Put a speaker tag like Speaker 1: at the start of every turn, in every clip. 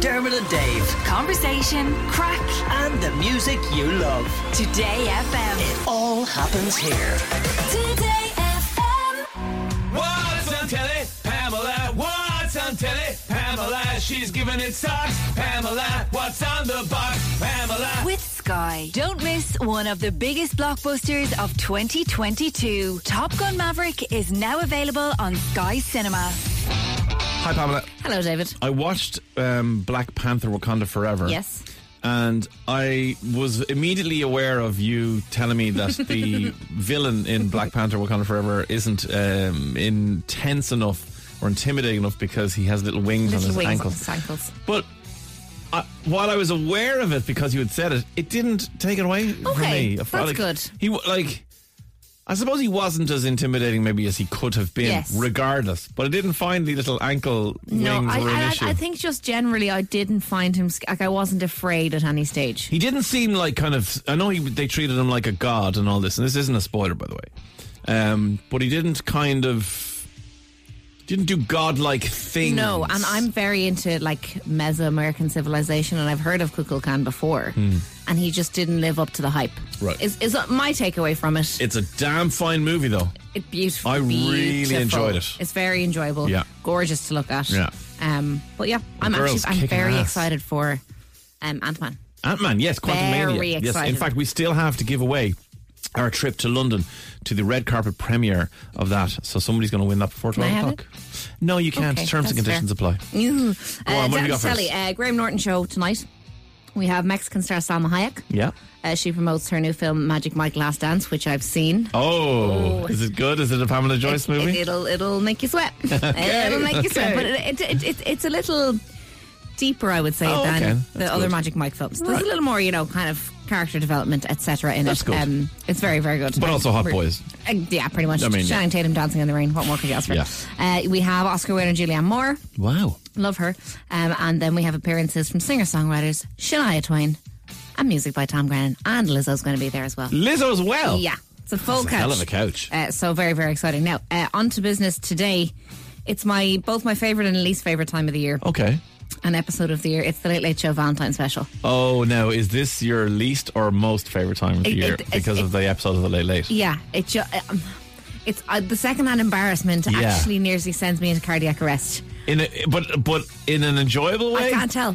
Speaker 1: Dermot and Dave,
Speaker 2: Conversation, crack,
Speaker 1: and the music you love.
Speaker 2: Today FM.
Speaker 1: It all happens here.
Speaker 2: Today FM.
Speaker 3: What's on telly? Pamela. What's on telly? Pamela. She's giving it socks. Pamela. What's on the box? Pamela.
Speaker 2: With Sky. Don't miss one of the biggest blockbusters of 2022. Top Gun Maverick is now available on Sky Cinema.
Speaker 4: Hi, Pamela.
Speaker 5: Hello, David.
Speaker 4: I watched um, Black Panther Wakanda Forever.
Speaker 5: Yes.
Speaker 4: And I was immediately aware of you telling me that the villain in Black Panther Wakanda Forever isn't um, intense enough or intimidating enough because he has little wings on
Speaker 5: Little
Speaker 4: his
Speaker 5: wings
Speaker 4: ankles.
Speaker 5: on his ankles.
Speaker 4: But I, while I was aware of it because you had said it, it didn't take it away from
Speaker 5: Okay,
Speaker 4: me.
Speaker 5: that's
Speaker 4: Like,
Speaker 5: good.
Speaker 4: He w- like. I suppose he wasn't as intimidating, maybe, as he could have been,
Speaker 5: Yes.
Speaker 4: regardless. But I didn't find the little ankle
Speaker 5: No,
Speaker 4: wings
Speaker 5: I,
Speaker 4: were an
Speaker 5: I,
Speaker 4: issue.
Speaker 5: I think just generally I didn't find him sc- like I wasn't afraid at any stage.
Speaker 4: He didn't seem like kind of. I know he, they treated him like a god and all this, and this isn't a spoiler, by the way. Um, but he didn't kind of didn't do godlike things.
Speaker 5: No, and I'm very into like Mesoamerican civilization, and I've heard of Kukulkan before, and he just didn't live up to the hype.
Speaker 4: Hmm. Right.
Speaker 5: is, is my takeaway from it.
Speaker 4: It's a damn fine movie, though.
Speaker 5: It beautiful.
Speaker 4: I really
Speaker 5: beautiful.
Speaker 4: enjoyed it.
Speaker 5: It's very enjoyable.
Speaker 4: Yeah.
Speaker 5: gorgeous to look at.
Speaker 4: Yeah.
Speaker 5: um, but yeah, I'm actually
Speaker 4: girl's
Speaker 5: I'm
Speaker 4: kicking
Speaker 5: very
Speaker 4: ass.
Speaker 5: excited for um Ant Man.
Speaker 4: Ant Man, yes, Quantum
Speaker 5: Very
Speaker 4: Mania. Yes, in
Speaker 5: excited.
Speaker 4: fact, we still have to give away our trip to London to the red carpet premiere of that. So somebody's going to win that before
Speaker 5: I
Speaker 4: twelve
Speaker 5: have
Speaker 4: o'clock. No, you can't.
Speaker 5: Okay,
Speaker 4: Terms and
Speaker 5: that's
Speaker 4: conditions
Speaker 5: fair.
Speaker 4: apply.
Speaker 5: Ooh.
Speaker 4: Go on,
Speaker 5: uh,
Speaker 4: what have you
Speaker 5: Dan
Speaker 4: got
Speaker 5: Sally,
Speaker 4: first?
Speaker 5: uh, Graham Norton show tonight. We have Mexican star Salma Hayek.
Speaker 4: Yeah.
Speaker 5: Uh, she promotes her new film Magic Mike Last Dance, which I've seen.
Speaker 4: Oh,
Speaker 5: Oh.
Speaker 4: is it good? Is it a Pamela Joyce movie?
Speaker 5: It, will it'll make you sweat. Uh, it'll make you sweat. But it, it, it, it, it's a little deeper, I would say,
Speaker 4: Oh,
Speaker 5: than
Speaker 4: okay.
Speaker 5: the
Speaker 4: That's
Speaker 5: other
Speaker 4: good.
Speaker 5: Magic Mike films. There's
Speaker 4: Right.
Speaker 5: a little more, you know, kind of character development, etc. In
Speaker 4: That's
Speaker 5: it. Um,
Speaker 4: good.
Speaker 5: it's very, very good.
Speaker 4: But also Hot
Speaker 5: We're-
Speaker 4: Boys.
Speaker 5: Uh, yeah, pretty much.
Speaker 4: I mean, yeah.
Speaker 5: Shannon Tatum dancing in the rain. What more could you ask for?
Speaker 4: Yeah.
Speaker 5: Uh, we have Oscar winner Julianne Moore.
Speaker 4: wow.
Speaker 5: Love her. Um, and then we have appearances from singer songwriters Shania Twain and music by Tom Grennan. And Lizzo's going to be there as well.
Speaker 4: Lizzo as well.
Speaker 5: Yeah, Oh, it's a full
Speaker 4: Oh. That's a
Speaker 5: couch.
Speaker 4: hell of a couch.
Speaker 5: Uh, so very, very exciting. Now, uh, on to business today. It's my both my favorite and least favorite time of the year,
Speaker 4: Okay.
Speaker 5: an episode of the year. It's the Late Late Show Valentine Special.
Speaker 4: Oh, now is this your least or most favorite time of the
Speaker 5: It-
Speaker 4: year
Speaker 5: it- it-
Speaker 4: because of the episode of the late late?
Speaker 5: Yeah, it ju- um, it's uh, the secondhand embarrassment
Speaker 4: Yeah.
Speaker 5: actually nearly sends me into cardiac arrest.
Speaker 4: In a, but but in an enjoyable way,
Speaker 5: I can't tell.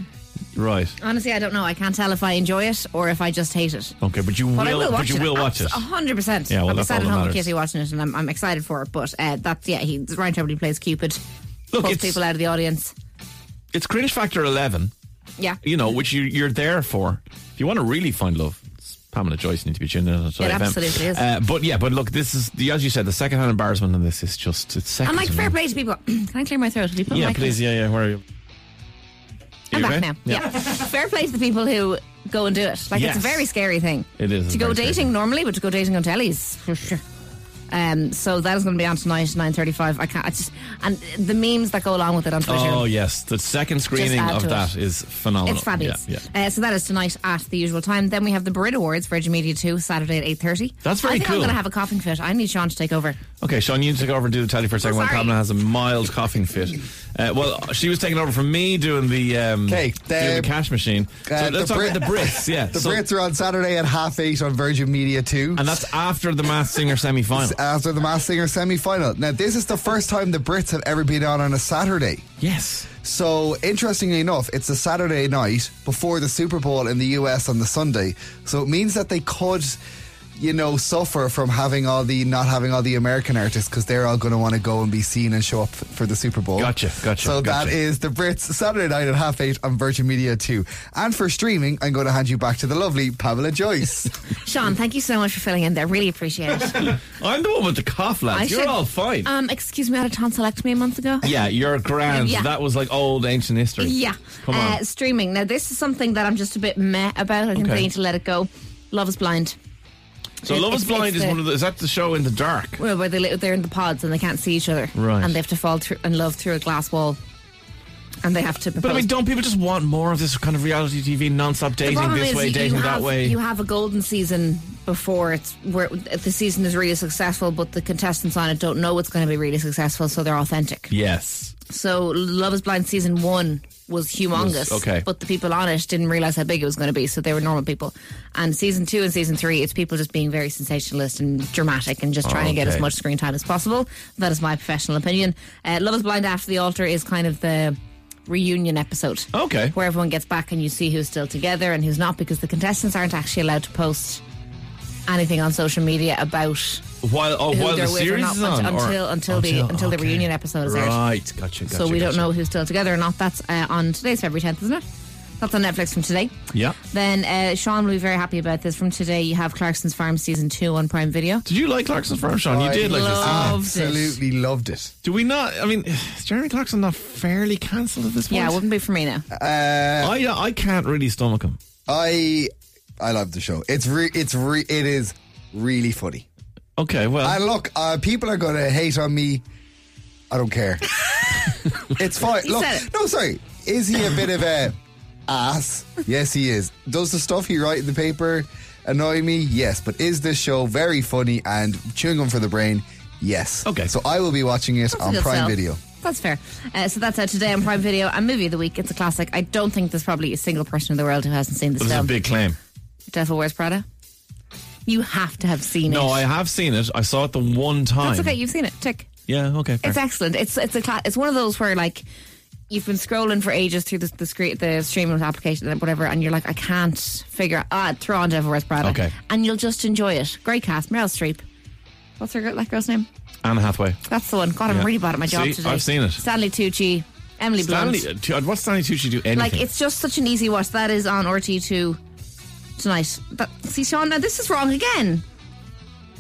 Speaker 4: right?
Speaker 5: Honestly, I don't know. I can't tell if I enjoy it or if I just hate it.
Speaker 4: Okay, but you
Speaker 5: But
Speaker 4: will,
Speaker 5: I will watch
Speaker 4: but you
Speaker 5: it.
Speaker 4: will watch it.
Speaker 5: A hundred percent.
Speaker 4: Yeah, well,
Speaker 5: I'm
Speaker 4: that's
Speaker 5: excited
Speaker 4: all
Speaker 5: at
Speaker 4: that
Speaker 5: home with
Speaker 4: matters.
Speaker 5: Kitty watching it, and I'm, I'm excited for it. But uh, that's yeah, he Ryan Trebley plays Cupid,
Speaker 4: Look,
Speaker 5: pulls
Speaker 4: it's-
Speaker 5: people out of the audience.
Speaker 4: It's cringe factor eleven,
Speaker 5: Yeah,
Speaker 4: you know, which you you're there for. If you want to really find love, it's Pamela Joyce need to be tuned in. It
Speaker 5: absolutely is.
Speaker 4: Uh, but yeah, but look, this is the as you said, the second hand embarrassment on this is just it's second.
Speaker 5: and like fair play to people. Can I clear my throat? Will you put
Speaker 4: Yeah,
Speaker 5: my
Speaker 4: please, yeah, yeah. Where are you?
Speaker 5: I'm
Speaker 4: You
Speaker 5: back
Speaker 4: okay?
Speaker 5: now. Yeah. fair play to the people who go and do it. Like
Speaker 4: Yes.
Speaker 5: it's a very scary thing.
Speaker 4: It is, it's
Speaker 5: to go
Speaker 4: very scary.
Speaker 5: dating normally, but to go dating on tellies for sure. Um, so that is going to be on tonight, nine thirty-five. I can't. I just, and the memes that go along with it on Twitter.
Speaker 4: Oh yes, the second screening
Speaker 5: add
Speaker 4: of
Speaker 5: to it.
Speaker 4: that is phenomenal.
Speaker 5: It's fabulous.
Speaker 4: Yeah, yeah.
Speaker 5: Uh, so that is tonight at the usual time. Then we have the Brit Awards Virgin Media 2, Saturday at 8.30.
Speaker 4: That's very
Speaker 5: I think
Speaker 4: cool.
Speaker 5: I'm going to have a coughing fit. I need Sean to take over.
Speaker 4: Okay, Sean, you take over and do the tally for a second while
Speaker 5: Oh, sorry.
Speaker 4: Pamela has a mild coughing fit. Uh, well, she was taking over from me doing the um,
Speaker 6: Okay,
Speaker 4: doing the
Speaker 6: the-
Speaker 4: cash machine. So
Speaker 6: uh,
Speaker 4: let's
Speaker 6: the
Speaker 4: talk
Speaker 6: Brit-
Speaker 4: about the Brits. Yeah,
Speaker 6: The
Speaker 4: So-
Speaker 6: Brits are on Saturday at half eight on Virgin Media 2.
Speaker 4: and that's after the Masked Singer semi-final.
Speaker 6: after the Mass Singer semi final. Now, this is the first time the Brits have ever been on on a Saturday.
Speaker 4: yes,
Speaker 6: So, interestingly enough, it's a Saturday night before the Super Bowl in the US on the Sunday. So, it means that they could, you know, suffer from having all the not having all the American artists because they're all going to want to go and be seen and show up f- for the Super Bowl.
Speaker 4: Gotcha, gotcha,
Speaker 6: So,
Speaker 4: gotcha.
Speaker 6: that is the Brits Saturday night at half eight on Virgin Media 2. And for streaming, I'm going to hand you back to the lovely Pamela Joyce.
Speaker 5: Sean, thank you so much for filling in there. Really appreciate it.
Speaker 4: I'm the one with the cough, lads.
Speaker 5: I
Speaker 4: You're
Speaker 5: should-
Speaker 4: all fine.
Speaker 5: Um, excuse me, I had a tonsillectomy a month ago.
Speaker 4: yeah, you're grand.
Speaker 5: yeah.
Speaker 4: That was like old ancient history.
Speaker 5: Yeah.
Speaker 4: come on.
Speaker 5: Uh, streaming. Now, this is something that I'm just a bit meh about. I think
Speaker 4: Okay.
Speaker 5: they need to let it go. Love is Blind.
Speaker 4: so
Speaker 5: it-
Speaker 4: Love Is
Speaker 5: it's-
Speaker 4: Blind
Speaker 5: it's
Speaker 4: is
Speaker 5: the-
Speaker 4: one of the. Is that the show in the dark?
Speaker 5: Well, where they, li- they're in the pods and they can't see each other.
Speaker 4: Right.
Speaker 5: And they have to fall through in love through a glass wall. And they have to propose.
Speaker 4: But I mean, don't people just want more of this kind of reality TV, non-stop
Speaker 5: The
Speaker 4: dating
Speaker 5: problem
Speaker 4: this
Speaker 5: is
Speaker 4: way,
Speaker 5: you-
Speaker 4: dating
Speaker 5: you
Speaker 4: that
Speaker 5: have,
Speaker 4: way?
Speaker 5: You have a golden season before it's where the season is really successful, but the contestants on it don't know it's going to be really successful, so they're authentic.
Speaker 4: yes.
Speaker 5: So, Love Is Blind season one was humongous.
Speaker 4: Was- okay.
Speaker 5: But the people on it didn't realize how big it was going to be, so they were normal people. And season two and season three, it's people just being very sensationalist and dramatic and just trying to get
Speaker 4: Okay.
Speaker 5: as much screen time as possible. That is my professional opinion. Uh, Love is Blind After the Altar is kind of the reunion episode.
Speaker 4: Okay.
Speaker 5: Where everyone gets back and you see who's still together and who's not because the contestants aren't actually allowed to post anything on social media about
Speaker 4: While oh,
Speaker 5: who
Speaker 4: while
Speaker 5: they're
Speaker 4: the
Speaker 5: with or
Speaker 4: series
Speaker 5: not
Speaker 4: is on,
Speaker 5: until-
Speaker 4: or-
Speaker 5: until- until the- until the reunion episode is aired.
Speaker 4: Right, gotcha. gotcha
Speaker 5: so we
Speaker 4: gotcha.
Speaker 5: don't know who's still together or not. That's uh, on today's February 10th, isn't it? That's on Netflix from today.
Speaker 4: Yeah.
Speaker 5: Then uh, Sean will be very happy about this. From today, you have Clarkson's Farm season two on Prime Video.
Speaker 4: Did you like Clarkson Farm, Sean? You
Speaker 6: I
Speaker 4: did like this. didn't you?
Speaker 5: love- Loved it.
Speaker 6: Absolutely loved it.
Speaker 4: Do we not? I mean, is Jeremy Clarkson not fairly cancelled at this point?
Speaker 5: Yeah, it wouldn't be for me now.
Speaker 6: Uh,
Speaker 4: I uh, I can't really stomach him.
Speaker 6: I I love the show. It's re- it's re- it is really funny.
Speaker 4: Okay, well,
Speaker 6: And look, uh, people are going to hate on me. I don't care. it's fine. Look,
Speaker 5: said it.
Speaker 6: no, sorry. Is he a bit of a ass? Yes, he is. Does the stuff he write in the paper annoy me? Yes. But is this show very funny and chewing gum for the brain? Yes.
Speaker 4: Okay.
Speaker 6: So I will be watching it
Speaker 5: That's a
Speaker 6: on
Speaker 5: good
Speaker 6: Prime
Speaker 5: sell.
Speaker 6: Video.
Speaker 5: That's fair. Uh, so that's out today on Prime Video. And movie of the week, it's a classic. I don't think there's probably a single person in the world who hasn't seen this
Speaker 4: this is a
Speaker 5: film.
Speaker 4: big claim.
Speaker 5: Devil Wears Prada. You have to have seen it.
Speaker 4: No, I have seen it. I saw it the one time.
Speaker 5: That's okay. You've seen it. Tick.
Speaker 4: yeah, okay. fair.
Speaker 5: It's excellent. It's it's a cla- it's one of those where like you've been scrolling for ages through the the, screen, the streaming application and whatever, and you're like, I can't figure out. Ah, throw on Devil Wears Prada,
Speaker 4: Okay.
Speaker 5: and you'll just enjoy it. Great cast, Meryl Streep. What's her gir- that girl's name?
Speaker 4: Anne Hathaway.
Speaker 5: That's the one. God, I'm
Speaker 4: Yeah.
Speaker 5: really bad at my job
Speaker 4: See,
Speaker 5: today.
Speaker 4: I've seen it.
Speaker 5: Stanley Tucci, Emily Blunt.
Speaker 4: Stanley, uh, I'd watch Stanley Tucci do anything.
Speaker 5: Like it's just such an easy watch. That is on RT2 tonight. But see, Sean, now this is wrong again.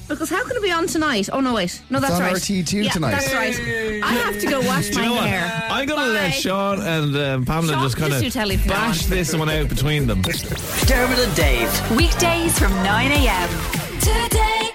Speaker 5: Because how can it be on tonight? Oh no, wait, no, that's
Speaker 6: on
Speaker 5: right.
Speaker 6: RT2
Speaker 5: Yeah,
Speaker 6: tonight.
Speaker 5: That's right. I have to go wash
Speaker 4: Do
Speaker 5: my
Speaker 4: you know what?
Speaker 5: hair.
Speaker 4: I'm going to
Speaker 5: Bye.
Speaker 4: let Sean and um, Pamela
Speaker 5: Sean,
Speaker 4: just kind
Speaker 5: just do telly
Speaker 4: of
Speaker 5: from now
Speaker 4: bash
Speaker 5: on.
Speaker 4: this one out between them.
Speaker 1: Dermot and Dave.
Speaker 2: Weekdays from 9 a.m. Today.